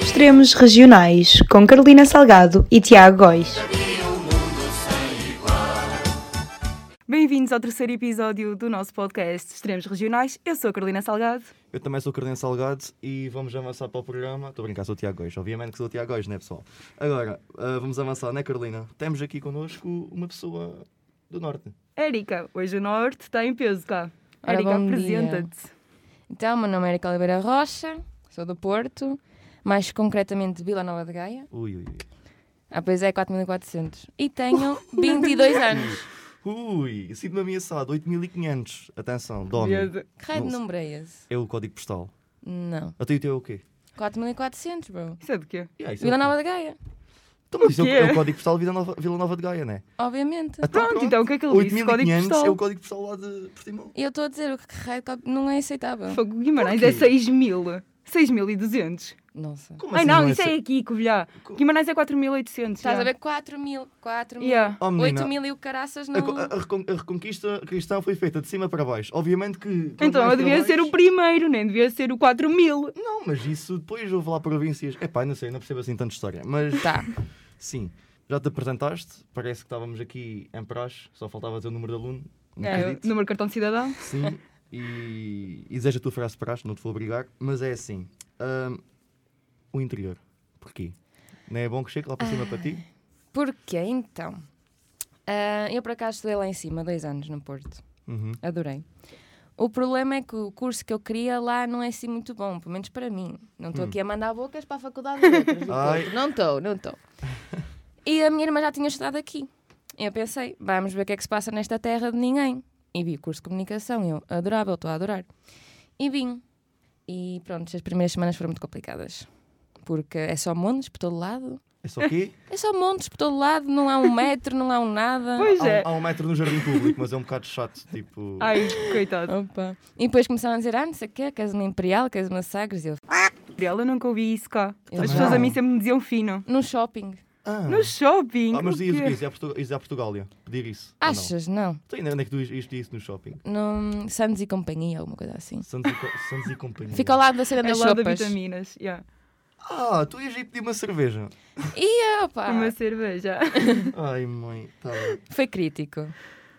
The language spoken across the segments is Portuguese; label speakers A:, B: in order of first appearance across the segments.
A: Extremos Regionais, com Carolina Salgado e Tiago Góis.
B: Bem-vindos ao terceiro episódio do nosso podcast Extremos Regionais. Eu sou a Carolina Salgado.
C: Eu também sou o Carlinhos Salgado e vamos avançar para o programa. Estou a brincar, sou o Tiago Góis. Obviamente que sou o Tiago Góis, não é pessoal? Agora, ah, vamos avançar, né Carolina? Temos aqui connosco uma pessoa do Norte.
B: Érica, hoje o Norte está em peso cá.
D: Ora,
B: Érica,
D: bom dia.
B: apresenta-te.
D: Então, meu nome é Erika Oliveira Rocha, sou do Porto, mais concretamente de Vila Nova de Gaia.
C: Ui, ui,
D: Ah, pois é, 4400. E tenho 22 anos.
C: ui. Ui, sinto-me ameaçado. 8500. Atenção, Domi.
B: Medo.
D: Que raio de
C: Nossa.
D: número é esse?
C: É o código postal.
D: Não.
C: Até o teu é o quê?
D: 4400, bro.
B: Isso é de quê?
C: Yeah, isso é o
D: Vila
C: quê?
D: Nova de Gaia,
C: Então, mas isso é o-
B: O quê?
C: é o código postal de Vila Nova, Vila Nova de Gaia, né?
D: obviamente.
C: Então,
B: Pronto, então o que é que ele disse? Código
C: 8500
B: postal.
C: é o código postal lá de Portimão.
D: E eu estou a dizer o que que raio de cal- não é aceitável.
B: Fogo Guimarães
C: Por
B: é
C: quê?
B: 6.000. 6.200.
D: Nossa.
C: Como
B: Ai não,
C: é
B: isso
C: cer-
B: é aqui, Covilhã.
C: Co-
B: Guimarães é 4.800.
D: Estás
B: já.
D: a ver? 4000, 4000,
B: Yeah.
C: Oh, menina.
D: 8000 e o caraças não.
C: A, co- a recon- a reconquista cristã foi feita de cima para baixo. Obviamente que. quanto
B: Então,
C: mais
B: eu
C: para
B: devia
C: baixo-
B: ser o primeiro, nem devia ser o 4.000.
C: Não, mas isso depois houve lá províncias. Epá, não sei, não percebo assim tanta história. Mas
D: Tá.
C: sim, já te apresentaste. Parece que estávamos aqui em praxe, só faltava dizer o número de aluno. Não
B: É,
C: acredito.
B: número de cartão de cidadão.
C: Sim, e, e deseja a tua frase de praxe, não te vou obrigar. Mas é assim: hum, o interior. Porquê? Não é bom que chegue lá para cima para ti?
D: Porquê então? Ah, eu por acaso estudei lá em cima, dois anos no Porto.
C: Uhum.
D: Adorei. O problema é que o curso que eu queria lá não é assim muito bom, pelo menos para mim. Não estou aqui a mandar bocas para a faculdade de
B: Ah,
D: letras. do
C: Ai.
D: Porto. não estou, não estou. E a minha irmã já tinha estudado aqui. Eu pensei, vamos ver o que é que se passa nesta terra de ninguém. E vi o curso de comunicação, eu adorável, estou a adorar. E vim. E pronto, as primeiras semanas foram muito complicadas. Porque é só montes por todo lado.
C: É só quê?
D: É só montes por todo lado, não há um metro, não há um nada.
B: Pois
C: Há, um-
B: é.
C: há um metro no jardim público, mas é um bocado chato. Tipo,
B: Ai, coitado.
D: Opa. E depois começaram a dizer, ah, não sei o quê, queres uma imperial, queres uma sagres. E eu, "Ah,
B: Gabriela, eu nunca ouvi isso cá.
D: Eu
B: As
D: não.
B: pessoas a mim sempre me diziam fino.
D: no shopping.
C: ah.
B: No shopping.
C: Ah, mas
B: o
C: dias o
B: quê?
C: quê? Isso é a Portu- isso é a Portugália. Pedir isso. ou não?
D: Achas? Não.
C: Então, ainda onde é que tu isto disse no shopping?
D: Num Santos e Companhia, alguma coisa assim.
C: Santos e, co Santos e companhia.
D: Fica ao lado da cena
B: É
D: das
B: lá da
D: sopas.
B: vitaminas. Yeah.
C: Ah, tu ias aí pedir uma cerveja.
D: E opa,
B: Uma cerveja.
C: Ai, mãe, tá bem.
D: foi crítico.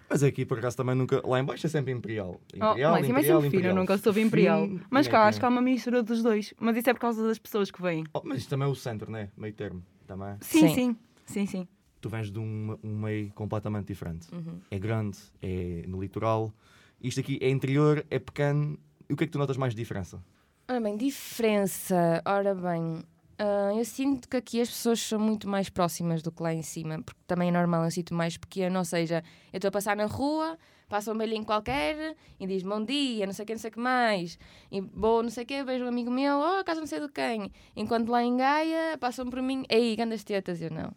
C: Mas aqui por acaso também nunca. Lá em baixo é sempre Imperial. Imperial,
B: oh, mas é
C: Imperial,
B: sempre fino, eu
C: Imperial. é
B: nunca soube imperial.
C: Fino,
B: mas
C: meio
B: cá acho que há
C: termo.
B: uma mistura dos dois. Mas isso é por causa das pessoas que vêm.
C: Oh, mas isto também é o centro, né? Meio termo. Também.
B: Sim, sim.
D: Sim.
B: Sim, sim.
C: Tu vens de um, um meio completamente diferente.
B: Uhum.
C: É grande, é no litoral. Isto aqui é interior, é pequeno. E o que é que tu notas mais de diferença?
D: Ora bem, diferença. Ora bem, ah, eu sinto que aqui as pessoas são muito mais próximas do que lá em cima, porque também é normal, é um sítio mais pequeno, ou seja, eu estou a passar na rua, passa um velhinho qualquer e diz bom dia, não sei o que, não sei o que mais, e vou não sei o que, vejo um amigo meu, oh, casa não sei do quem, enquanto lá em Gaia passam por mim, ei, grandes tetas, eu não.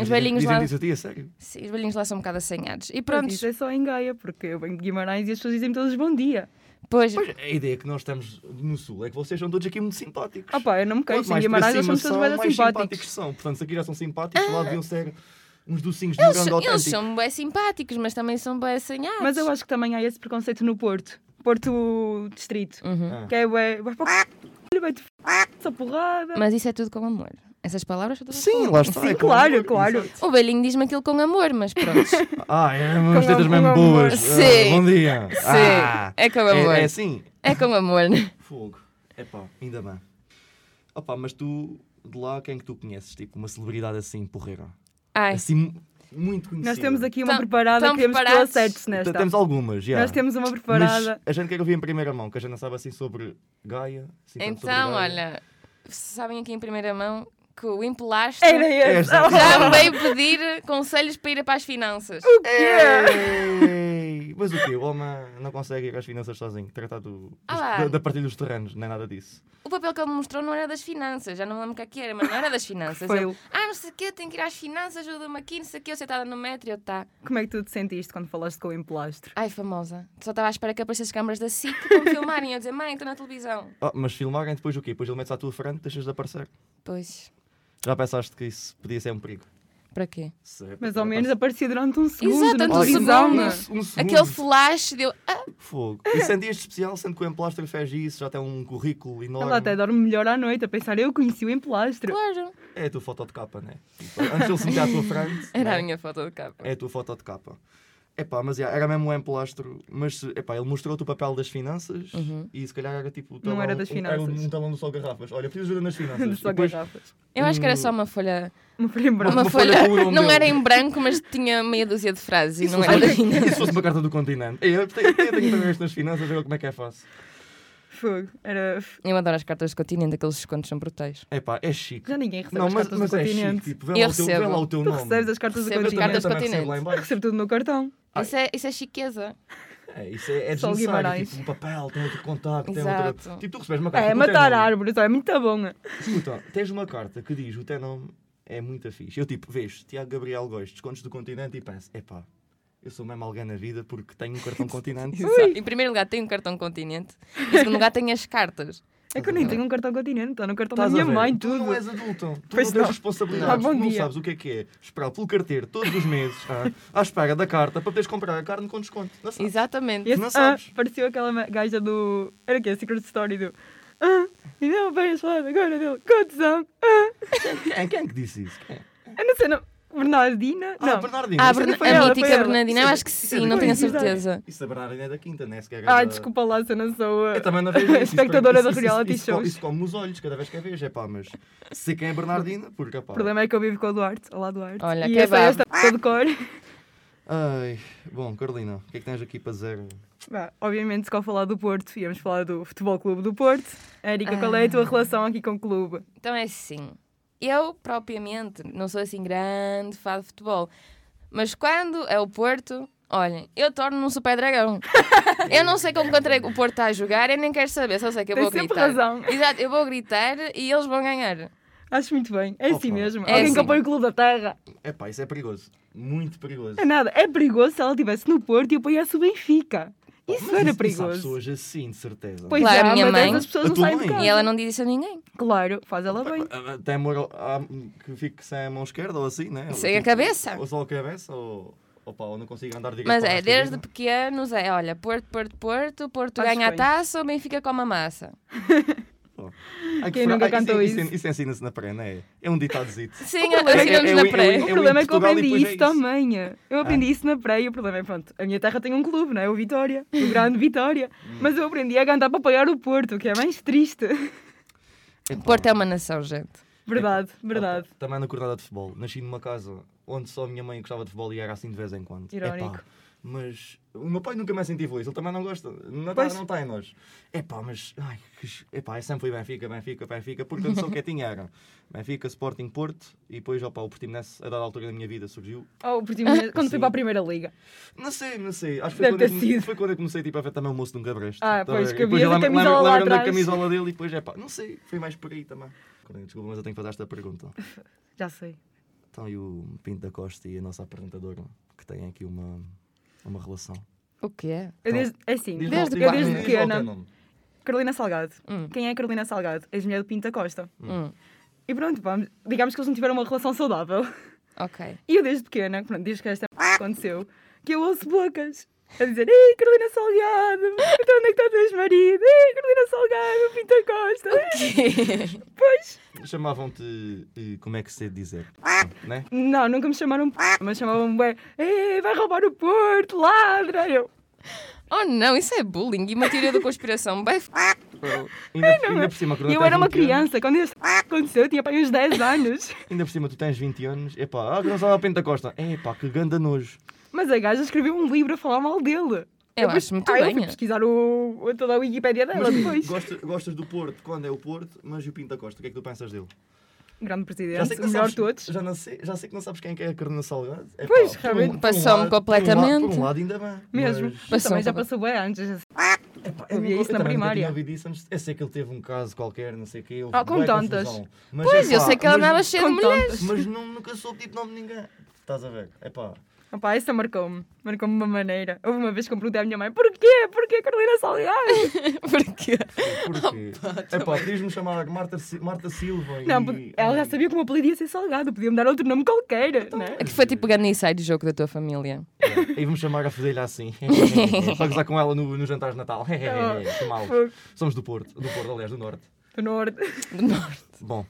D: Os velhinhos
C: dizem
D: lá,
C: Dizem isso a ti, a sério?
D: sim, os velhinhos lá são um bocado assanhados. E
B: Pronto.
D: pronto,
B: Mas isso é só em Gaia, porque eu venho de Guimarães e as pessoas dizem-me todos bom dia.
D: pois,
C: Pois, a ideia que nós estamos no Sul é que vocês são todos aqui muito simpáticos.
B: Ah pá, eu não me
C: Quanto
B: queixo. Em
C: mais para
B: Guimarães nós
C: cima
B: somos todos
C: são,
B: mais
C: mais
B: simpáticos. É.
C: são. Portanto, se aqui já são simpáticos, lá deviam ser uns docinhos de
D: eles,
C: morango
D: são- eles
C: autêntico.
D: são bem simpáticos, mas também são bem assanhados.
B: Mas eu acho que também há esse preconceito no Porto. Porto Distrito.
D: Uhum.
C: Ah.
B: Que é, ué, vai para o c******, vai-te f***, essa porrada.
D: Mas isso é tudo com amor. Essas palavras são todas
C: Sim,
D: com
C: lá
D: amor.
C: está.
B: Sim,
C: é com
B: claro,
C: amor,
B: claro.
C: exato.
D: O velhinho diz-me aquilo com amor, mas pronto. Sim.
C: Ah, é umas
B: Com
C: tetas
B: amor,
C: mesmo
B: com amor.
C: boas. Ah,
D: Sim.
C: bom dia. Ah,
D: é com amor.
C: é,
D: É,
C: é assim.
D: com amor.
C: Fogo. Epá, ainda bem. Opa, mas tu, de lá, quem que tu conheces? Tipo, uma celebridade assim, porreira.
D: Ai,
C: Assim, muito
B: É.
C: conhecida.
B: Nós temos aqui uma
D: Tão-
B: preparada
D: tão
B: que queremos que tu
D: preparados?
B: acertes nesta.
C: Então, Temos algumas, já.
B: Nós temos uma
C: Mas
B: preparada.
C: a gente quer ouvir em primeira mão, que a gente não sabe assim sobre Gaia. assim, tanto sobre
D: então,
C: Gaia.
D: olha, sabem aqui em primeira mão que o empelastre
C: é,
B: Era esse.
C: Esta.
D: já me veio pedir conselhos para ir para as finanças.
B: é,
D: É.
C: Ei! Mas o quê? O homem não consegue ir às finanças sozinho, tratar do, dos-
D: Ah.
C: da, da partilha dos terrenos, não é nada disso.
D: O papel que ele me mostrou não era das finanças, já não me lembro o que é que era, mas não era das finanças.
B: Foi
D: Eu,
B: ele.
D: ah, não sei o quê, tenho que ir às finanças, ajuda-me aqui, não sei o quê, eu sentada no metro e eu, tá.
B: Como é que tu te sentiste quando falaste com o emplastro?
D: Ai, famosa. Só estava à espera que aparecessem as câmaras da SIC para me filmarem. Eu dizer, mãe, estou na televisão.
C: Ah, mas filmarem depois o quê? Depois ele mete-se à tua frente, deixas de aparecer.
D: Pois.
C: Já pensaste que isso podia ser um perigo?
D: Para quê?
C: Se-
B: Mas ao menos aparecia durante um segundo
D: Exato,
B: na
D: durante um
B: televisão.
D: segundo.
B: não é?
C: Um segundo.
D: Aquele flash deu. Ah,
C: Fogo. E sem dias de especial, sendo que o Emplastre fez isso, já tem um currículo enorme.
B: Ela até dorme melhor à noite a pensar, eu conheci o emplastro.
D: claro!
C: É a tua foto de capa, né? Tipo, antes de ele se meter à tua frente.
D: Era
C: né?
D: a minha foto de capa.
C: É a tua foto de capa. Epá, mas yeah, era mesmo um emplastro, mas se- epá, ele mostrou-te o papel das finanças e se calhar era tipo.
B: Uhum. Não era das
C: um- Era
B: finanças.
C: um talão de só garrafas. Olha, preciso de ajuda nas finanças.
B: Só
C: E depois
B: garrafas.
D: Eu acho que era só uma folha.
B: Uma folha em branco.
D: Uma,
C: uma folha
D: folha.
C: com o nome
D: não
C: dele.
D: era em branco, mas tinha meia dúzia de frases. E não
C: Olha,
D: era.
C: e se fosse uma carta do continente? Eu tenho, eu tenho que saber isto nas finanças, ver como é que é fácil.
B: Fogo. Era... f-
D: Eu adoro as cartas de continente, aqueles descontos são brutais.
C: Epá, é chique.
B: Já ninguém recebe
C: Não,
B: as
C: mas,
B: cartas
C: mas
B: do
C: é
B: continente.
C: chique. Tipo, vê
D: Eu
C: lá, o teu, vê
D: recebo.
C: lá o teu
B: Tu
C: nome.
B: recebes as cartas
D: Recebo
B: do
D: as
B: continente.
D: cartas
C: também recebo lá em
D: continente.
C: baixo.
B: Recebo tudo no cartão.
C: Ai.
D: Isso é, isso é chiqueza.
C: É, isso é, é
B: Só o
C: desnecessário.
B: Guimarães.
C: Tipo, um papel, tem outro contacto, tem
D: Exato.
C: outra. Tipo, tu recebes uma carta.
B: É,
C: com o teu
B: matar
C: nome.
B: árvores, ó, é muito bom.
C: Escuta, tens uma carta que diz o teu nome é muito fixe. Eu tipo, vejo Tiago Gabriel Góis, descontos do continente e penso, epá, eu sou mesmo alguém na vida porque tenho um cartão continente.
D: Só- Em primeiro lugar, tem um cartão continente. Em segundo lugar, tem as cartas.
B: É que eu nem tenho um cartão continente, está no cartão
C: Estás
B: da minha
C: a ver?
B: mãe,
C: Tu
B: tudo.
C: não és adulto. Tu
B: Pois
C: não tens
B: não. Ah,
C: responsabilidades.
B: bom
C: tu não
B: dia.
C: sabes o que é que é. Esperar pelo carteiro todos os meses ah, à espera da carta para poderes comprar a carne com desconto. Não sabes.
D: Exatamente.
B: E esse,
C: Não
B: ah,
C: sabes.
B: pareceu aquela ma- gaja do. Era o quê? Secret Story do. Ah, e não vais falar agora dele. Contusão. Ah,
C: Quem, quem é que disse isso? Quem?
B: eu não sei, não. Bernardina?
C: Ah,
B: não.
C: Bernardina.
D: Ah,
C: isso é
D: Berna-
C: da-
B: foi ela,
D: a
B: foi
D: mítica
B: ela.
D: Bernardina, eu acho que
C: Isso é
D: sim,
C: da-
D: não tenho a
C: isso é da-
D: certeza.
C: Isso da Bernardina é da Quinta, né? Se quer
B: Ah,
C: da-
B: desculpa lá se eu não sou a
C: Eu também não vejo isso. isso.
B: espectadora
C: isso-
B: da
C: isso-
B: reality
C: isso, co-
B: shows.
C: Isso come os olhos cada vez que a vejo, é pá, mas sei quem é Bernardina, porque pá.
B: O problema é que eu vivo com o Duarte. Olá, Duarte.
D: Olha,
B: e
D: que
B: essa é
D: babo.
B: esta toda de cor.
C: Ai, bom, Carolina, o que é que tens aqui para dizer?
B: Bah, obviamente, se ao falar do Porto, íamos falar do Futebol Clube do Porto. Érica, qual é a
D: Ah.
B: tua relação aqui com o clube?
D: Então é assim. Eu, propriamente, não sou assim grande fã de futebol. Mas quando é o Porto, olhem, eu torno-me um super dragão. eu não sei como contra o Porto está a jogar, eu nem quero saber, só sei que eu
B: Tem
D: vou
B: sempre
D: gritar.
B: razão.
D: Exato, eu vou gritar e eles vão ganhar.
B: Acho muito bem. É assim
C: Opa.
B: mesmo.
D: É
B: Alguém
D: assim.
B: que apoia o Clube da Terra.
C: É pá, isso é perigoso. Muito perigoso.
B: É nada. É perigoso se ela estivesse no Porto e apoiasse o Benfica.
C: Pá,
B: Isso
C: mas
B: era
C: Isso há
B: perigoso.
C: pessoas assim, de certeza.
B: Pois
D: Claro,
B: é,
D: minha
B: mas
D: mãe.
B: essas pessoas
C: A
B: não
C: tua
B: saem de
C: mãe.
B: casa.
D: E ela não diz isso a ninguém.
B: Claro, faz ela bem.
C: Ah, Tem amor ah, que fique sem a mão esquerda ou assim, né? Ou
D: Sem a
C: tipo,
D: cabeça.
C: Ou só a cabeça, ou. Opa, ou não consigo andar direito.
D: Mas
C: para o
D: é,
C: resto da
D: desde
C: vida.
D: pequenos é, olha, Porto, Porto, Porto, Porto
B: Fazes
D: ganha a
B: bem.
D: taça, o Benfica come a massa.
C: Ai, que
B: Quem
C: fra-
B: nunca
C: ai,
B: cantou
C: isso?
B: isso?
C: Isso ensina-se na pré, não é? É um ditadozito.
D: Sim, eu
B: problema é-
D: ensinamos
C: é-
D: na
C: é-
D: pré.
B: O
C: eu
B: problema
C: em
B: é que eu
C: Portugal e
B: aprendi
C: depois
B: isso,
C: é isso.
B: também. Eu aprendi isso na praia e o problema é, pronto, a minha terra tem um clube, não é? O Vitória, o grande Vitória.
C: Hum.
B: Mas eu aprendi a cantar para apoiar o Porto, que é mais triste.
C: Epá.
D: Porto é uma nação, gente.
B: Verdade,
C: Opa,
B: verdade.
C: Também na cortada de futebol. Nasci numa casa onde só a minha mãe gostava de futebol e era assim de vez em quando.
B: Irónico.
C: Epá, mas o meu pai nunca me incentivou isso, ele também não gosta. Não
B: Pois.
C: está não tá em nós. Epá, mas. Ai, que ch- epá, eu sempre fui Benfica, Benfica, Benfica, porque a noção que eu tinha era Benfica, Sporting, Porto e depois, opa, o Portimonense, a dada altura da minha vida, surgiu.
B: Oh, o Portimonense, quando fui
C: Sim.
B: para a Primeira Liga.
C: Não sei, não sei. Acho que
B: Deve
C: foi, quando eu,
B: ter
C: come-
B: sido.
C: foi quando eu comecei tipo, a ver também o moço de um cabresto.
B: Ah,
C: Tá
B: pois,
C: bem?
B: que
C: E depois
B: havia
C: eu
B: da
C: lembro-
B: camisola lá
C: lembro- lembro-me da
B: atrás.
C: camisola dele e depois, epá, não sei, foi mais por aí também. Desculpa, mas eu tenho que fazer esta pergunta.
B: Já sei.
C: Então, e o Pinto da Costa e a nossa apresentadora, que têm aqui uma, uma relação.
D: O que é?
B: Eu
C: Então,
B: desde, é assim,
C: Diz
B: desde,
C: lá-
B: eu desde
C: diz- diz lá o teu
B: pequena.
C: nome.
B: Carolina Salgado.
D: Hum.
B: Quem é a Carolina Salgado? Ex-mulher de Pinta Costa.
D: Hum,
B: E pronto, vamos, digamos que eles não tiveram uma relação saudável.
D: ok.
B: E eu desde pequena, pronto, diz que esta merda aconteceu, que eu ouço bocas a dizer Ei, Carolina Salgado, então onde é que está o teu ex-marido? Ei, Carolina Salgado, Pinta Costa. Pois.
C: Chamavam-te, eh, como é que se é de dizer?
B: Ah!
C: né?
B: Não, nunca me chamaram p***, mas chamavam-me bem Ei, vai roubar o Porto, ladra. Eu,
D: Oh não, isso é bullying e uma teoria da conspiração. Vai f... bro.
C: Ainda,
B: não
C: ainda
B: é?
C: por cima, quando
B: E eu
C: tens
B: era uma
C: 20 anos-
B: criança, quando isto aconteceu, eu tinha para uns 10 anos.
C: Ainda por cima, tu tens 20 anos. Epá, ah, Gonçalo Pinto da Costa. Epá, que ganda nojo.
B: Mas a gaja escreveu um livro a falar mal dele.
D: Eu
B: depois-
D: acho muito
B: Ah, eu fui
D: bem. é.
B: pesquisar o, o- toda a Wikipédia dela depois.
C: Gostas, gostas do Porto, quando é o Porto, mas e o Pinto da Costa, o que é que tu pensas dele?
B: Grande presidente, o
C: não
B: melhor
C: sabes,
B: de todos.
C: Já, não sei, já sei que não sabes quem é que é a Carolina Salgado. Epá,
B: Pois,
C: por um-
B: realmente.
C: por um
D: Passou-me
C: lado- por um lado- Por
D: completamente.
C: um lado, ainda bem.
B: Mesmo.
C: mas-
B: Mas
D: Passou
B: também já
D: um
B: passou bem antes. assim.
C: Epá,
B: Eu via
C: nunca-
B: isso na
C: também nunca
B: primária.
C: tinha ouvido isso antes. Eu sei que ele teve um caso qualquer, não sei o quê. houve
B: Ah, com
C: bué
B: tantas.
C: confusão. Mas,
D: Pois, eu
C: epá,
D: sei que ela
C: mas-
D: andava cheia de
B: Com
D: mulheres.
B: tantas.
C: Mas não, nunca soube tipo nome de ninguém. Estás a ver? Epá,
B: Opá, isso marcou-me. Marcou-me de uma maneira. Houve uma vez que eu perguntei à minha mãe: porquê? Porquê Carolina Salgado?
D: Porquê?
C: Porquê? É pá, podias-me chamar Marta, Si- Marta Silva.
B: Não,
C: e...
B: ela já sabia que o meu apelido ia ser Salgado, podia-me dar outro nome qualquer, né?
D: É que foi tipo grande inside jogo da tua família.
C: é, E vamos chamar a fedelha assim. Para gozar com ela no, no jantar de Natal. Chamá-los.
B: Fogo.
C: Somos do Porto. Do Porto, aliás, do Norte.
B: Do Norte.
D: Do norte.
C: Bom.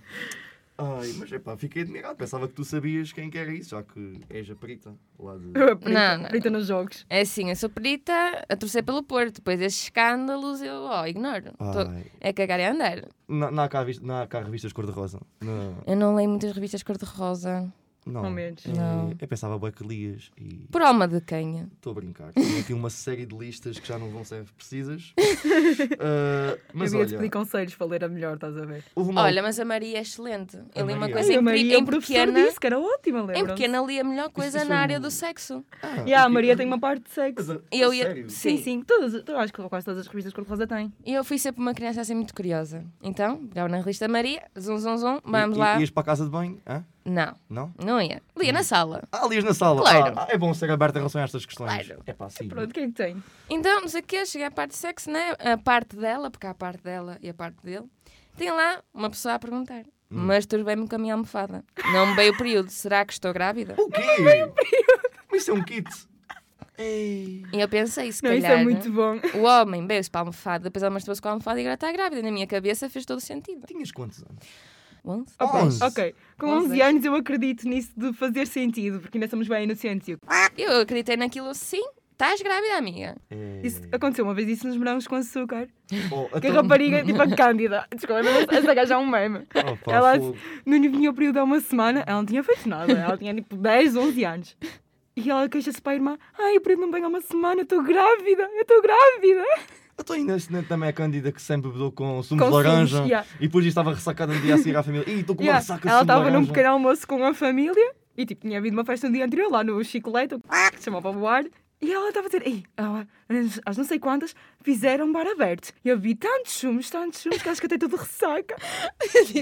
C: Ai, mas epá, fiquei admirado. Pensava que tu sabias quem que era isso, já que és a perita lá de.
B: Perita,
D: não,
B: perita nos jogos.
D: É assim, eu sou perita a torcer pelo Porto. Depois esses escândalos eu ó, ignoro. Tô-
C: Ai.
D: É cagar e andar.
C: Na, na, cá, vis- na cá revistas cor-de-rosa. Na-
D: Eu não leio muitas revistas cor-de-rosa.
C: Não.
B: Não menos.
C: Eh,
D: Não.
C: Eu pensava bué que lias e.
D: Por alma de quem?
C: Estou a brincar. Tenho aqui uma série de listas que já não vão ser precisas. Ah, mas
B: eu ia-te
C: olha,
B: pedir conselhos para ler a melhor, estás a ver?
C: houve uma-
D: Olha, mas a Maria é excelente. Eu li uma
C: Maria.
D: coisa
B: Ai, a
D: em, pe-
B: Maria, é
D: em
B: o professor
D: pequena.
B: disse que era ótima,
D: Em
B: lembra?
D: pequena li a melhor coisa
C: isso
D: na
C: é
D: área
C: um-
D: do sexo.
C: Ah,
B: E a
C: eu
B: Maria
C: fiquei-
B: tem uma parte de
C: Mas
B: sexo.
C: a-
D: Eu
C: a
D: ia-
C: sério?
D: Sim.
B: Sim, sim. Todas, eu acho que quase todas as revistas cor-de-rosa têm.
D: E eu fui sempre uma criança assim muito curiosa. Então, pegava na revista Maria, zum zum zum, vamos
C: I- i-
D: lá.
C: Ias para a casa de banho? Hã?
D: Não,
C: Não?
D: não ia. Lia na sala.
C: Ah, lias na sala.
D: Claro.
C: Ah, ah, é bom ser aberto em relação a estas questões.
D: Claro.
C: É pá, sim.
B: Pronto, quem é que tem?
D: Então, não sei o quê, cheguei à parte de sexo, né? A parte dela, porque há a parte dela e a parte dele. Tem lá uma pessoa a perguntar. Mas turbei-me com a minha almofada. Não me veio o período. Será que estou grávida?
C: O
B: É
C: quê? Mas isso é um kit. Ei.
D: E eu pensei, se
B: Não,
D: calhar. né?
B: isso é muito bom.
D: O homem veio-se para a almofada, depois ela masturbou-se com a almofada e agora está grávida. Na minha cabeça fez todo o sentido.
C: Tinhas quantos anos?
D: Onze?
B: Ok,
C: Onze.
B: ok. Com
D: Onze.
B: 11 anos eu acredito nisso de fazer sentido, porque ainda somos bem inocentes. E eu-
D: Eu acreditei naquilo, sim, estás grávida, amiga.
C: Ei.
B: Isso aconteceu uma vez isso nos morangos com açúcar.
C: Oh,
B: Que a
C: então-
B: rapariga, tipo a Cândida, desculpa, mas essa gaja é um meme.
C: Oh, pá,
B: ela
C: fogo.
B: não lhe vinha o período há uma semana, ela não tinha feito nada, ela tinha tipo 10, 11 anos. E ela queixa-se para a irmã: Ai, o período não vem há uma semana, eu estou grávida, eu estou grávida.
C: Então ainda esse neto também é Cândida que sempre bebeu com sumo
B: Com
C: de
B: sumos,
C: laranja
B: yeah.
C: e depois disso estava ressacada no dia a seguir à família. Ih, estou com uma
B: Yeah,
C: ressaca de
B: Ela
C: sumo de
B: estava num
C: laranja.
B: pequeno almoço com a família e tipo, tinha havido uma festa no dia anterior lá no Chicolete, que se chamava Boar. E ela estava a dizer, ei, ah, às não sei quantas, fizeram um bar aberto. E eu vi tantos sumos, tantos sumos, que acho que até tudo ressaca.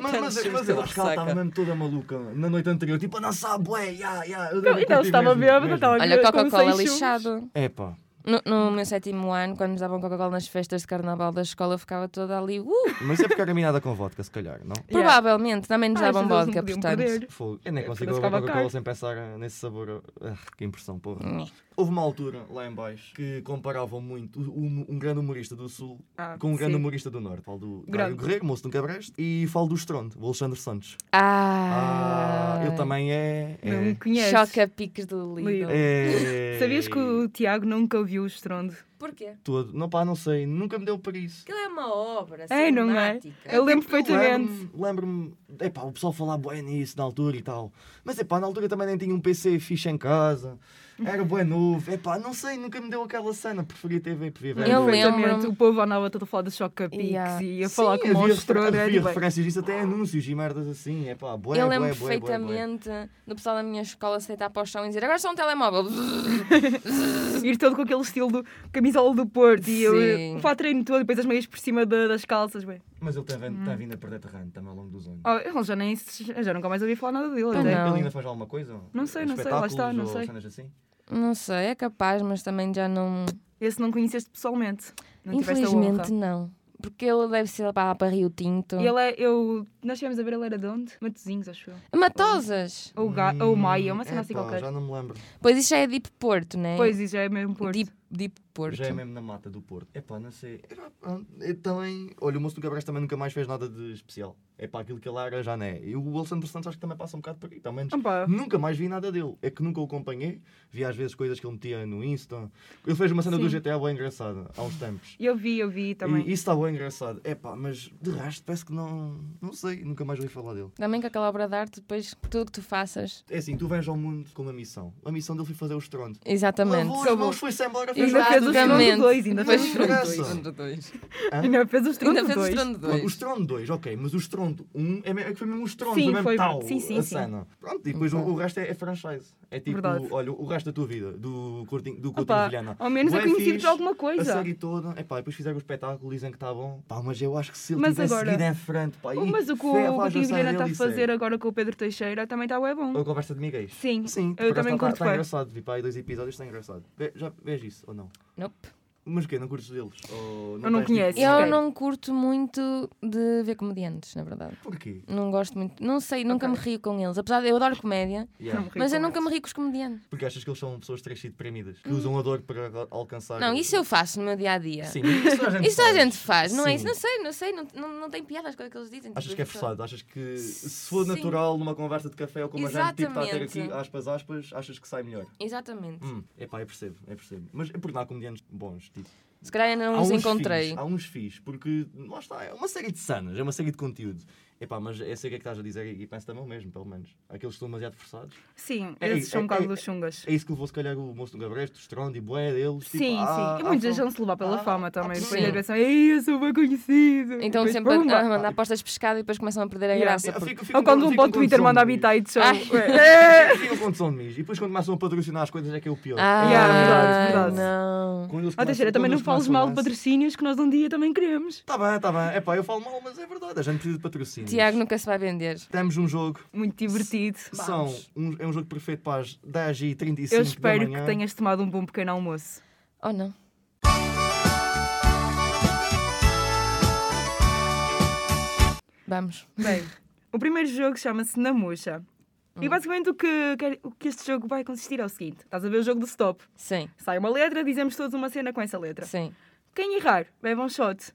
C: Mas, mas, mas eu acho que ela estava mesmo toda maluca na noite anterior, tipo a dançar, bué, ya, ya. eu
B: Não,
C: devo
B: e ela
C: curtir
B: estava
C: mesmo,
B: bêbada,
C: mesmo.
B: estava a
D: Olha,
B: beber com
D: Coca-Cola
B: seis sumos.
D: lixado.
C: Epá,
D: No, no meu sétimo ano, quando nos davam Coca-Cola nas festas de carnaval da escola, eu ficava toda ali. Uh!
C: mas é porque era minada com vodka, se calhar, não?
D: Provavelmente, também nos
B: Ai,
D: davam
B: Jesus, Ah, não
D: vodka,
B: podiam
D: portanto.
B: perder.
C: Fogo. Eu nem
B: Eu parece
C: consigo beber
B: que estava
C: Coca-Cola
B: É, caro.
C: sem pensar eh, nesse sabor. Ah, que impressão, porra.
D: Nhé.
C: Houve uma altura lá em baixo que comparavam muito o- um, um grande humorista do Sul
B: Ah,
C: com um grande
B: sim.
C: humorista do Norte. Falo do
B: Grande.
C: Dário Guerreiro, moço de um cabresto, e falo do Estrondo, o Alexandre Santos.
D: Ah,
C: ele também é. é-
B: Não me conheces.
D: Choca piques do Lidl.
C: é-
B: Sabias que o Tiago nunca ouviu o estrondo?
D: Porquê?
C: Todo. Não, pá, não sei, nunca me deu para isso.
D: Aquilo é uma obra
B: É, não é?
D: cinemática.
B: Eu lembro perfeitamente.
C: Lembro-me, lembro-me, epá, o pessoal falava bué nisso na altura e tal. Mas epá, na altura também nem tinha um PC fixe em casa. Era bué novo. Epá, não sei, nunca me deu aquela cena. Preferia TV, preferia ver.
D: Eu lembro.
B: Perfeitamente. O povo andava todo a falar de choca piques
D: Yeah.
B: e a
C: Sim,
B: falar com
C: havia
B: o
C: refer-
B: estrondo. era
C: Havia
B: tipo,
C: referências disso até em anúncios e merdas assim. Epá, bué,
D: eu lembro
C: bué, bué, bué, bué.
D: é perfeitamente do pessoal da minha escola se deitar para o chão e dizer agora só um telemóvel.
B: ir todo com aquele estilo do camisola do Porto e eu, eh,
D: Sim.
B: o fato treino todo e depois as meias por cima da- das calças. Bem,
C: Mas ele tem vindo, tem vindo a perder terreno também ao longo dos anos.
B: oh, eu já nem eu já nunca mais ouvi falar nada dele.
D: Ah,
B: até.
D: não.
C: Ele ainda faz alguma coisa?
B: Não sei, não sei, lá está, não
C: Espetáculos ou
B: sei.
C: cenas assim?
D: Não sei, é capaz, mas também já não.
B: Esse não conheceste pessoalmente. Não tiveste a honra.
D: Infelizmente não. Porque ele deve ser para lá para Rio Tinto.
B: E Ele é, eu, nós tivemos a ver, ele era de onde? Matozinhos, acho eu.
D: Matosas!
B: Ou, Ga- ou Maia, uma cena assim
C: Hum, Epá,
B: qualquer.
C: É Já não me lembro.
D: Pois isso já é Deep Porto, não é?
B: Pois, e já é mesmo Porto.
D: Deep, Deep Porto.
C: Já é mesmo na mata do Porto. É pá, não sei. Epá, pronto. Eu ah, é também. Olha, o moço do Cabresto também nunca mais fez nada de especial. É pá, aquilo que ele era já não é. E o Alessandro Santos acho que também passa um bocado por aí. Pelo menos
B: Ah, pá.
C: nunca mais vi nada dele. É que nunca o acompanhei. Vi às vezes coisas que ele metia no Insta. Ele fez uma cena do GTA bem engraçada há uns tempos.
B: Eu vi, eu vi também.
C: E isso está bem engraçado. É pá, mas de resto parece que não. Não sei. Nunca mais ouvi falar dele.
D: Também com aquela obra de arte, depois tudo que tu faças.
C: É assim, tu vens ao mundo com uma missão. A missão dele foi fazer o estrondo.
D: Exatamente.
C: Lavou as mãos, foi-se embora, fez
B: Ainda fez o estrondo
D: Exatamente.
B: 2, ainda fez o
C: Não
B: estrondo
C: interessa.
B: 2.
D: Estrondo dois.
B: Ainda fez o
D: Ainda
B: estrondo
D: fez o
B: 2.
D: Estrondo
C: Mas O
D: 2.
C: Estrondo 2, ok, mas o Estrondo 1 é, me- é que foi mesmo o Estrondo,
B: Sim,
C: foi mesmo
B: foi-
C: tal
B: sim, sim,
C: a
B: sim.
C: cena. Pronto, e depois o, o resto é, é franchise. É tipo,
B: Verdade.
C: olha, o resto da tua vida, do Coutinho, do Coutinho
B: Opa,
C: Vilhena.
B: ao menos
C: Bué
B: é conhecido
C: fixe,
B: por alguma
C: A
B: coisa.
C: série toda, epá, e depois fizeram o espetáculo, dizem que está tá bom. Pá, mas eu acho que se ele
B: Mas
C: tivesse
B: agora-
C: seguido em frente, pá,
B: Oh,
C: e-
B: Mas o que o
C: Fé, a voz
B: Rodrigo
C: da
B: Viana está a
C: Sara
B: fazer
C: Alice.
B: agora com o Pedro Teixeira também está bem bom.
C: Ou a conversa de Miguel.
B: Sim,
C: Sim,
B: eu também curto
C: Está
B: bué.
C: tá engraçado, vi para aí dois episódios, está engraçado. Vê- já vês isso ou não?
D: Nope.
C: Mas o quê? Não curtes deles? Ou
B: Ou não
C: tens, tipo,
B: conheces?
D: Eu
B: Ok.
D: não curto muito de ver comediantes, na verdade.
C: Porquê?
D: Não gosto muito. Não sei, nunca
B: Ok.
D: me rio com eles. Apesar de eu adoro comédia,
C: Yeah.
B: Não me rio
D: mas eu
B: com
D: nunca me rio com os comediantes.
C: Porque achas que eles são pessoas três e deprimidas, que usam a dor para al- alcançar.
D: Hum. Não, isso eu faço no meu dia a dia.
C: Sim, isso a gente
D: Isso toda a
C: faz.
D: gente faz, não
C: Sim.
D: é isso? Não sei, não sei, não, não, não tem piada as coisas que eles dizem.
C: Achas
D: tipo,
C: que é
D: isso.
C: forçado? Achas que se for
D: Sim.
C: natural numa conversa de café ou como a gente tipo, está a ter aqui,
D: Exatamente.
C: aspas, aspas, achas que sai melhor?
D: Exatamente.
C: Hum, epá, eu percebo, eu percebo. Mas é porque não há comediantes bons, tipo.
D: Se calhar ainda não
C: há
D: os
C: uns
D: encontrei.
C: Fixe, há uns fixe, porque lá está, é uma série de sanas, é uma série de conteúdo. Epá, mas eu sei o que é que estás a dizer e penso também o mesmo, pelo menos. Aqueles que estão demasiado forçados.
B: Sim,
C: É
B: esses
C: isso,
B: são um
C: é-
B: bocado
C: é-
B: dos chungas.
C: É isso que levou, se calhar, o moço do Gabresto, o Strond e Boé deles. tipo,
B: Sim,
C: ah,
B: sim. E muitos
C: ah,
B: deixam-se levar pela
C: ah,
B: fama
C: ah,
B: também.
C: sim.
B: Depois a pensam, ei, eu sou bem conhecido.
D: Então
B: Depois,
D: sempre a, a
B: pumba.
D: mandar postas de pescado e depois começam a perder a
B: Yeah.
D: graça.
C: É, Eu
D: porque-
C: fico- fico
B: Ou quando
C: com-
B: um
C: fico
B: para o
C: com
B: Twitter
C: condição
B: manda
C: de-
B: habitais show.
D: Ai.
B: É.
C: Ficam com condição de mim. um E depois, quando começam a patrocinar as coisas, é que é o pior.
D: Ah,
B: Yeah, verdade, verdade. Ah,
C: Quando eles
D: não.
C: começam-
B: Teixeira, também
C: quando
B: não
C: eles
B: fales
C: começam
B: mal
C: a-
B: de patrocínios que nós um dia também queremos.
C: Tá bem, tá bem. É pá, eu falo mal, mas é verdade. A gente precisa de patrocínio.
D: Tiago nunca se vai vender.
C: Temos um jogo.
B: Muito divertido.
C: São um- é um jogo perfeito para as 10h35
B: Eu espero
C: da manhã.
B: que tenhas tomado um bom pequeno almoço.
D: Oh não. Vamos.
B: Bem, o primeiro jogo chama-se Namucha. E basicamente o que, quer- o que este jogo vai consistir é o seguinte: estás a ver o jogo do stop.
D: Sim,
B: Sai uma letra, dizemos todos uma cena com essa letra.
D: sim.
B: Quem errar, bebe um shot.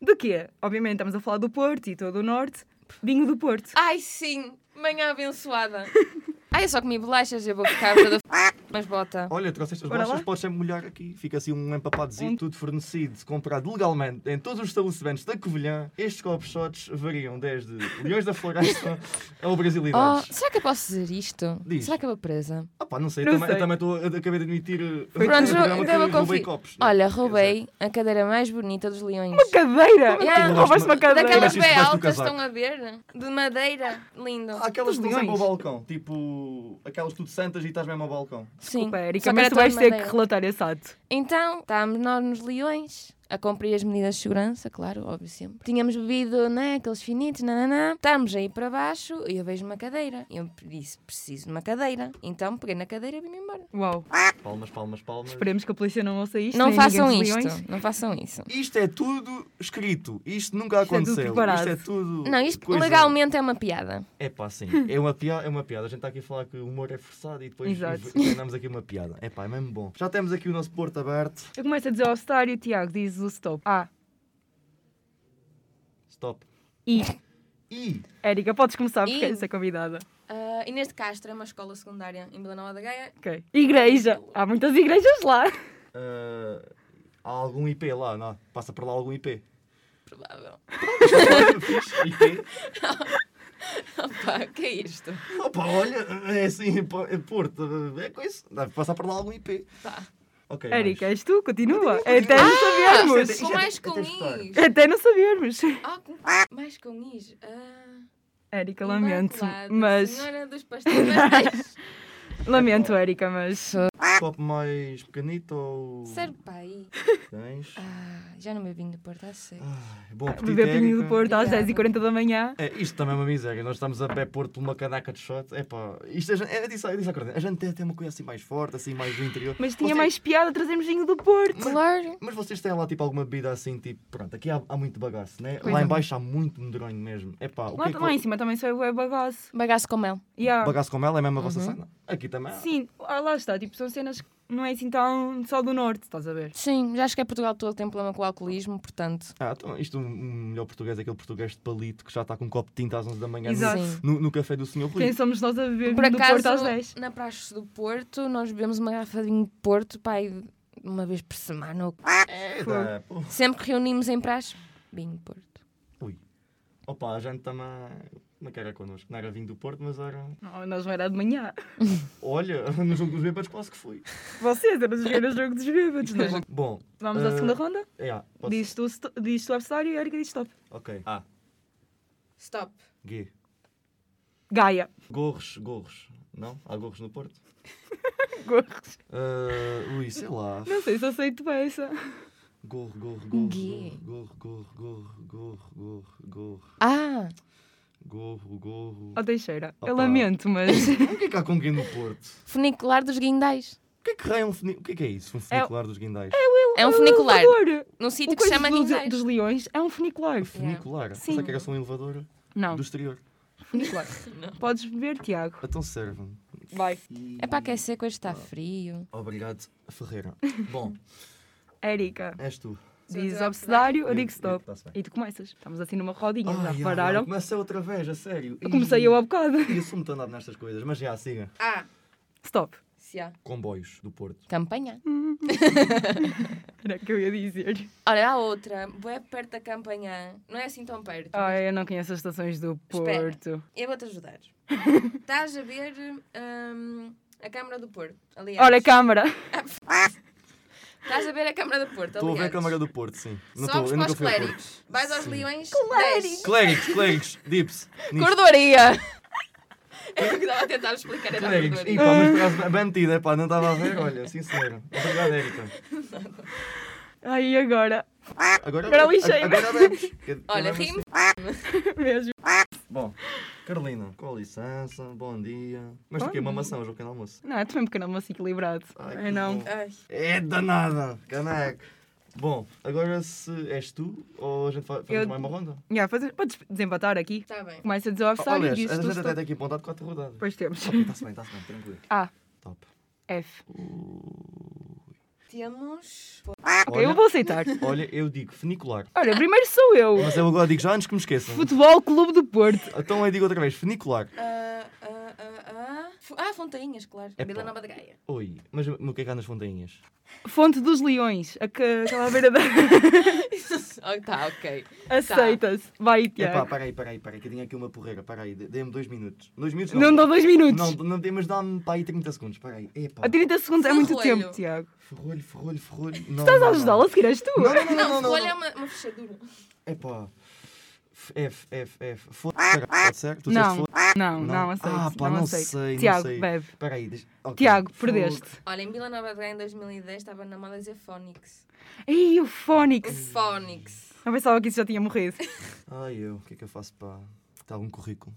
B: De quê? Obviamente estamos a falar do Porto e todo o Norte. Vinho do Porto.
D: Ai sim, manhã abençoada. Ai, eu só comi bolachas, eu vou ficar toda f... mas bota.
C: Olha, trouxeste as
B: Bora
C: bolachas,
B: lá.
C: podes sempre molhar aqui. Fica assim um empapadozinho,
B: Um-
C: tudo fornecido, comprado legalmente em todos os estabelecimentos da Covilhã. Estes copos shots variam desde Leões da Floresta ao
D: Oh,
C: Brasilidades.
D: será que eu posso dizer isto?
C: Diz.
D: Será que eu vou presa?
C: Ah pá, não sei,
B: Não
C: também-
B: sei.
C: eu também estou, eu acabei de admitir uh, aqui no
D: Pronto,
C: programa
D: eu-
C: que
D: então eu vou
C: roubei
D: confi-
C: Copos, né?
D: Olha, roubei a cadeira mais bonita dos leões.
B: Cadeira!
D: Yeah.
B: Roubaste uma cadeira!
D: Daquelas
C: Tiraste isso
D: bem
C: debaixo do
D: altas,
C: casaco.
D: estão a ver? De madeira, lindo.
C: Há aquelas
B: Os
C: que usam para o
B: leões.
C: balcão, tipo aquelas tudo santas e estás mesmo ao balcão.
D: Sim.
B: Desculpa,
D: só
B: Erika,
D: que
B: mas
D: era
B: tu vais
D: toda de
B: ter que
D: madeira.
B: relatar esse ato.
D: Então, estávamos nós nos leões a cumprir as medidas de segurança, claro, óbvio sempre. Tínhamos bebido, né, aqueles finitos, nananã. Estamos aí para baixo e eu vejo uma cadeira. E eu disse, preciso de uma cadeira. Então peguei na cadeira e vim-me embora.
B: Uau!
C: Palmas, palmas, palmas.
B: Esperemos que a polícia não ouça isto.
D: Ah. não
B: nem ninguém
D: façam
B: dos
D: isto,
B: leões.
D: não façam isso.
C: Isto é tudo escrito, isto nunca
B: Isto é tudo
C: aconteceu.
B: preparado.
C: Isto é tudo.
D: Não, isto
C: coisa-
D: legalmente é uma piada.
C: É pá, sim. É uma, piada, é uma piada. A gente está aqui a falar que o humor é forçado e depois
B: Exato.
C: ganhamos aqui uma piada. É pá, é mesmo bom. Já temos aqui o nosso porto aberto.
B: Eu começo a dizer ao Star e o Tiago diz o stop. Ah,
C: Stop.
B: e.
C: E
B: Erika, podes começar porque
D: E.
B: queres ser convidada.
D: Ah, Inês de Castro é uma escola secundária em Vila Nova da Gaia.
B: Ok. Igreja! Há muitas igrejas lá!
C: ah, há algum IP lá, não? Passa por lá algum IP.
D: Provável.
C: Fixe, IP.
D: Opa, que é isto?
C: Opa, olha, é assim, pô, é Porto, é coisa. Deve passar por lá algum IP.
D: Tá.
C: Ok.
B: Erika,
C: mas-
B: és tu, continua. Até não
C: Ah,
B: sabermos!
D: Com mais
C: até
D: com
C: escutar.
D: is.
B: Até não sabermos!
D: Ah, com- mais com is. Ah,
B: Érica, lamento,
C: assim,
D: Imaculada,
C: é
B: mas.
D: Senhora dos pastéis.
B: Lamento, Érica, mas.
C: Copo mais pequenito ou.
D: Serve para aí.
C: Tens?
D: Ah, já não me vim de Porto há seco.
C: Ai, Bom apetite,
B: Beber Pinho do
C: Érica.
B: Porto às
D: Obrigada.
B: 10h40 da manhã.
C: É, isto também é uma miséria. Nós estamos a beber Porto por uma canaca de shot. É pá, isto é, é, disso, é disso a coordenada. A gente tem até uma coisa assim mais forte, assim mais do interior.
B: Mas tinha
C: Vocês-
B: mais piada trazermos vinho do Porto.
D: Claro.
C: Mas vocês têm lá tipo alguma bebida assim, tipo, pronto, aqui há, há muito bagaço, né?
B: Pois
C: lá
B: é.
C: em baixo há muito medronho mesmo. É pá, o que
B: Lá,
C: é que.
B: lá em cima também só é bagaço.
D: Bagaço com mel.
B: Yeah.
C: Bagaço com ela é mesmo a vossa cena? Aqui também. há.
B: Uhum. Sim, ah, lá está. Tipo, são cenas que não é assim tão só do norte, estás a ver?
D: Sim, já acho que é Portugal todo tem problema com o alcoolismo, portanto.
C: Ah, então, isto um, um melhor português, é aquele português de palito que já está com um copo de tinta às 11 da manhã
B: Exato.
D: Sim.
C: no, no, no café do senhor Rui.
B: Quem somos nós a beber
D: Por
B: vinho do Porto às
D: acaso,
B: 10?
D: na Praxe do Porto, nós bebemos uma garrafa de vinho de Porto, pai, uma vez por semana. ou-
C: É, dá, pô.
D: Sempre que reunimos em praxe, vinho de Porto.
C: Ui. Opa, a gente tá também. Como é que era connosco? Não era vinho do Porto, mas era.
B: Não, nós não era de manhã.
C: Olha, no jogo dos bêbados quase que fui.
B: Vocês eram jogar o jogo dos bêbados, não é?
C: Bom.
B: Vamos à
C: eh,
B: segunda ronda?
C: É, ah, posso-
B: Diz tu, sto- diz tu adversário e a Erika diz stop.
C: Ok. Ah,
D: Stop.
C: Gui.
B: Gaia.
C: Gorros, gorros. Não? Há gorros no Porto?
B: Gorros.
C: Ah, ui, sei lá.
B: Não sei se aceito essa.
C: Gorro, gorro, gorro.
D: Gui.
C: Gorro, gorro, gorro, gorro, gorro, gorro.
D: Ah,
C: Gorro, gorro.
B: Ó Teixeira, Oh, eu
C: Opa.
B: lamento, mas
C: O que é que há com quem no Porto?
D: Funicular dos guindais.
C: O que é que raio é um funi- O que é que é isso? Um funicular dos guindais?
D: É um
B: Ah,
D: funicular.
B: elevador.
D: Num sítio
B: O
D: que se
B: coisa
D: chama
B: do-
D: guindais.
B: dos leões é um funicular.
C: Funicular?
B: É. Sim.
C: Pensava que era só um elevador
B: Não,
C: do exterior.
B: funicular. Podes beber, Tiago.
C: Então serve-me.
B: Vai.
D: É para aquecer que hoje está frio.
C: Obrigado, Ferreira. Bom,
B: Érica,
C: és tu.
B: diz obsedário, eu digo stop.
C: Tá-se bem.
B: E tu começas. Estamos assim numa rodinha,
C: Ai,
B: já
C: ai, ai,
B: repararam?
C: Comecei outra vez, a sério.
B: Eu comecei eu há bocado.
C: E eu sou muito andado nestas coisas, mas já, siga.
D: Ah,
B: Stop.
D: se há.
C: Comboios do Porto.
D: Campanha.
B: Era o que eu ia dizer.
D: Ora, há outra. Boé perto da campanha. Não é assim tão perto.
B: Ai, eu não conheço as estações do
D: Espera.
B: Porto.
D: Eu vou-te ajudar. Estás a ver hum, a Câmara do Porto. Aliás.
B: Olha, câmara.
D: Estás a ver a Câmara do Porto.
C: Estou a ver a
D: aliás.
C: Câmara do Porto, sim.
D: Sobes
C: eu
D: para os
C: fui ao Porto.
D: clérigos. Vais aos
C: Sim.
D: leões.
B: Clérigos.
C: Clérigos, clérigos, dips. nisto.
D: Cordoaria. É o que estava a tentar explicar. Era
C: Clérigos. Ih,
D: cordoaria.
C: pá, mas por causa bandida, é pá, não estava a ver, olha, sincero. Obrigado, Érica.
B: Ai, e agora?
C: Agora,
B: Agora lixei-me.
C: agora vemos. Que-
D: Olha,
C: que-
D: rime.
B: Mesmo.
C: Bom, Carolina, com licença, bom dia. Mas o quê? Uma maçã hoje ao pequeno almoço?
B: Não, eu também um pequeno almoço equilibrado.
C: Ai,
B: Ai,
C: que
B: não.
C: bom. É danada, caneco. Bom, agora se és tu ou a gente fa- fazemos
B: Eu-
C: mais uma ronda?
B: Já, fazes- podes desempatar aqui.
D: Está tá bem.
B: Começa a dizer o offside e
C: Olha, a
B: diz tu
C: gente até
B: stop.
C: tem aqui apontado quatro rodadas.
B: Depois temos.
C: Está-se bem, está-se bem, tranquilo.
B: A,
C: Top.
B: F.
D: Temos.
B: Ah, Ok, eu vou aceitar.
C: Olha, eu digo funicular.
B: Olha, primeiro sou eu.
C: Mas eu agora digo já antes que me esqueçam.
B: Futebol Clube do Porto.
C: Então eu digo outra vez, funicular.
D: ah, ah, ah, ah. Fu- ah, Fontainhas, claro.
C: Epá.
D: Vila Nova da Gaia.
C: Oi, mas no que é que há nas fontainhas?
B: Fonte dos Leões. A que- Aquela beira da.
D: Oh, tá, ok.
B: Aceita-se. Vai,
C: Epá,
B: Tiago.
C: é para aí, para aí, para aí, que eu tinha aqui uma porreira, para aí, dê- dê-me dois minutos. Dois minutos não.
B: Não dou dois
C: Não,
B: minutos.
C: não dê, mas dá-me para aí 30 segundos, para aí. Epá,
B: A 30 segundos é muito
D: Ferrolho.
B: tempo, Tiago.
C: ferrolho, ferrolho, ferrolho. Não,
B: Estás a
C: não,
B: ajudá-la a seguir és tu.
C: Não, não, não,
D: Não,
C: não, não. não,
D: olha é
C: não.
D: uma, uma fechadura.
C: Epá. F, F, F, F. Foda-se, pode ser? Tu
B: Ah, Não,
C: disseste foda-
B: não, não aceito.
C: Ah, pá,
B: não
C: não,
B: aceito.
C: sei, não
B: Tiago,
C: sei.
B: bebe.
C: Espera aí, deixa... ok.
B: Tiago,
C: Fogo.
B: perdeste.
D: Olha, em Vila Nova da Gaia em 2010 estava na moda dizer Fónix.
B: Ei, o
D: O
B: Fónix.
D: Fónix.
B: Eu pensava que isso já tinha morrido.
C: Ai, eu, o que é que eu faço para... Está um currículo.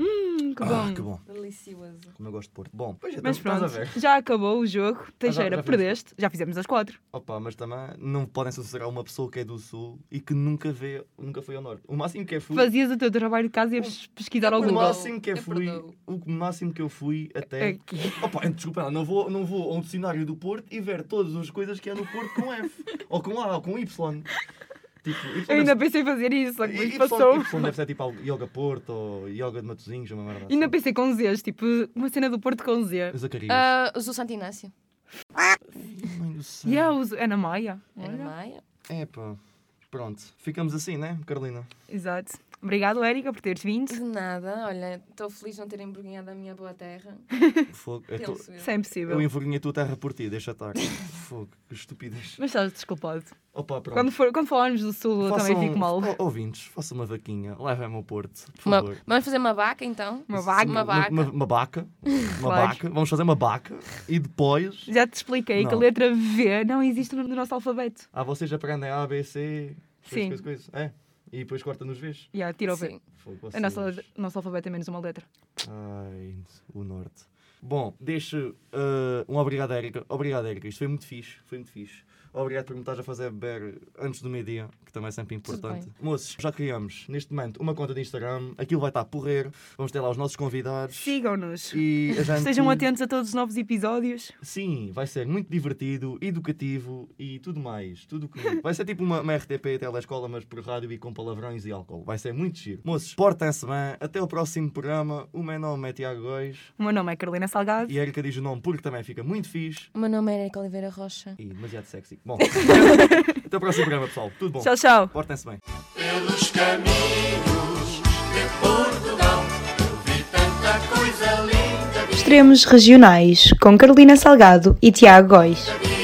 B: Hum, que
C: Ah,
B: bom.
C: que bom.
D: Delicioso.
C: Como eu gosto de Porto. Bom, pois já
B: Mas
C: estamos-
B: pronto,
C: estamos Então a ver.
B: já acabou o jogo. Teixeira,
C: já fizemos.
B: perdeste. Já fizemos as quatro.
C: Opa, mas também não podem associar uma pessoa que é do Sul e que nunca, vê, nunca foi ao Norte. O máximo que é eu fui...
B: Fazias o teu trabalho de casa e ias pesquisar ao
C: O
D: Perdão.
B: Google.
C: máximo que eu
D: Eu
C: fui...
D: perdoo.
C: O máximo que eu fui até...
B: Aqui.
C: Opa, desculpa, lá, não vou, não vou a um dicionário do Porto e ver todas as coisas que há no Porto com F. ou com A, ou com Y. Tipo, y
B: Eu ainda
C: deve-
B: pensei em fazer isso, só que depois
C: y,
B: passou.
C: Y deve ser tipo algo- Yoga Porto ou Yoga de Matozinhos, uma merda
B: Ainda
C: assim.
B: pensei com Zs, tipo, uma cena do Porto com Z.
C: Zacarias.
D: Ah, Usou Santo Inácio.
C: Mãe do céu.
B: E é yeah, uso Ana É Maia.
D: Ana
B: Olha.
D: Maia.
C: Epá, pronto. Ficamos assim, né, Carolina?
B: Exato. Obrigado, Érica, por teres vindo.
D: De nada, olha, estou feliz de não ter embrulhado a minha boa terra.
C: Fogo. Eu, tô...
D: Penso eu.
B: Isso é impossível.
C: eu envergonhei a tua terra por ti, deixa estar. Fogo, que estupidez.
B: Mas estás desculpado.
C: Opa, pronto.
B: Quando, for, quando falarmos do Sul, eu também
C: Façam-
B: fico mal.
C: ou- Ouvintes, faça uma vaquinha, levem-me ao Porto, por
D: Uma-
C: favor.
D: vamos fazer uma vaca então?
B: Uma vaca.
D: Uma vaca.
C: Uma, uma vaca. Uma
B: Claro.
C: vaca. Vamos fazer uma vaca e depois.
B: Já te expliquei que a
C: Não.
B: letra V não existe no no nosso alfabeto.
C: Ah, vocês aprendem A, B, C. coisa,
B: Sim.
C: Coisa, coisa, É. E depois corta nos Vs.
B: Já, tira o V.
D: Sim.
C: Fogo,
B: A
C: vocês.
B: nossa, o nosso alfabeto é menos uma letra.
C: Ai, o Norte. Bom, deixo eh, um obrigado, Érica. Obrigado, Érica. Isto foi muito fixe. Foi muito fixe. Obrigado por me estás a fazer beber antes do meio-dia, que também é sempre importante. Moços, já criamos neste momento uma conta de Instagram. Aquilo vai estar a porrer. Vamos ter lá os nossos convidados.
B: Sigam-nos.
C: E a gente-
B: Estejam atentos a todos os novos episódios.
C: Sim, vai ser muito divertido, educativo e tudo mais. Tudo que... Vai ser tipo uma, uma RTP telescola, mas por rádio e com palavrões e álcool. Vai ser muito giro. Moços, portem-se bem. Até o próximo programa. O meu nome é Tiago Góis
B: O meu nome é Carolina Salgado.
C: e a Erika diz o nome porque também fica muito fixe
D: O meu nome é Erika Oliveira Rocha.
C: e demasiado sexy. Bom, até o próximo programa, pessoal. Tudo bom.
B: Tchau, tchau.
C: Portem-se bem.
E: pelos caminhos de Portugal. Eu vi tanta coisa linda.
A: Extremos Regionais, com Carolina Salgado e Tiago Góis.
E: vi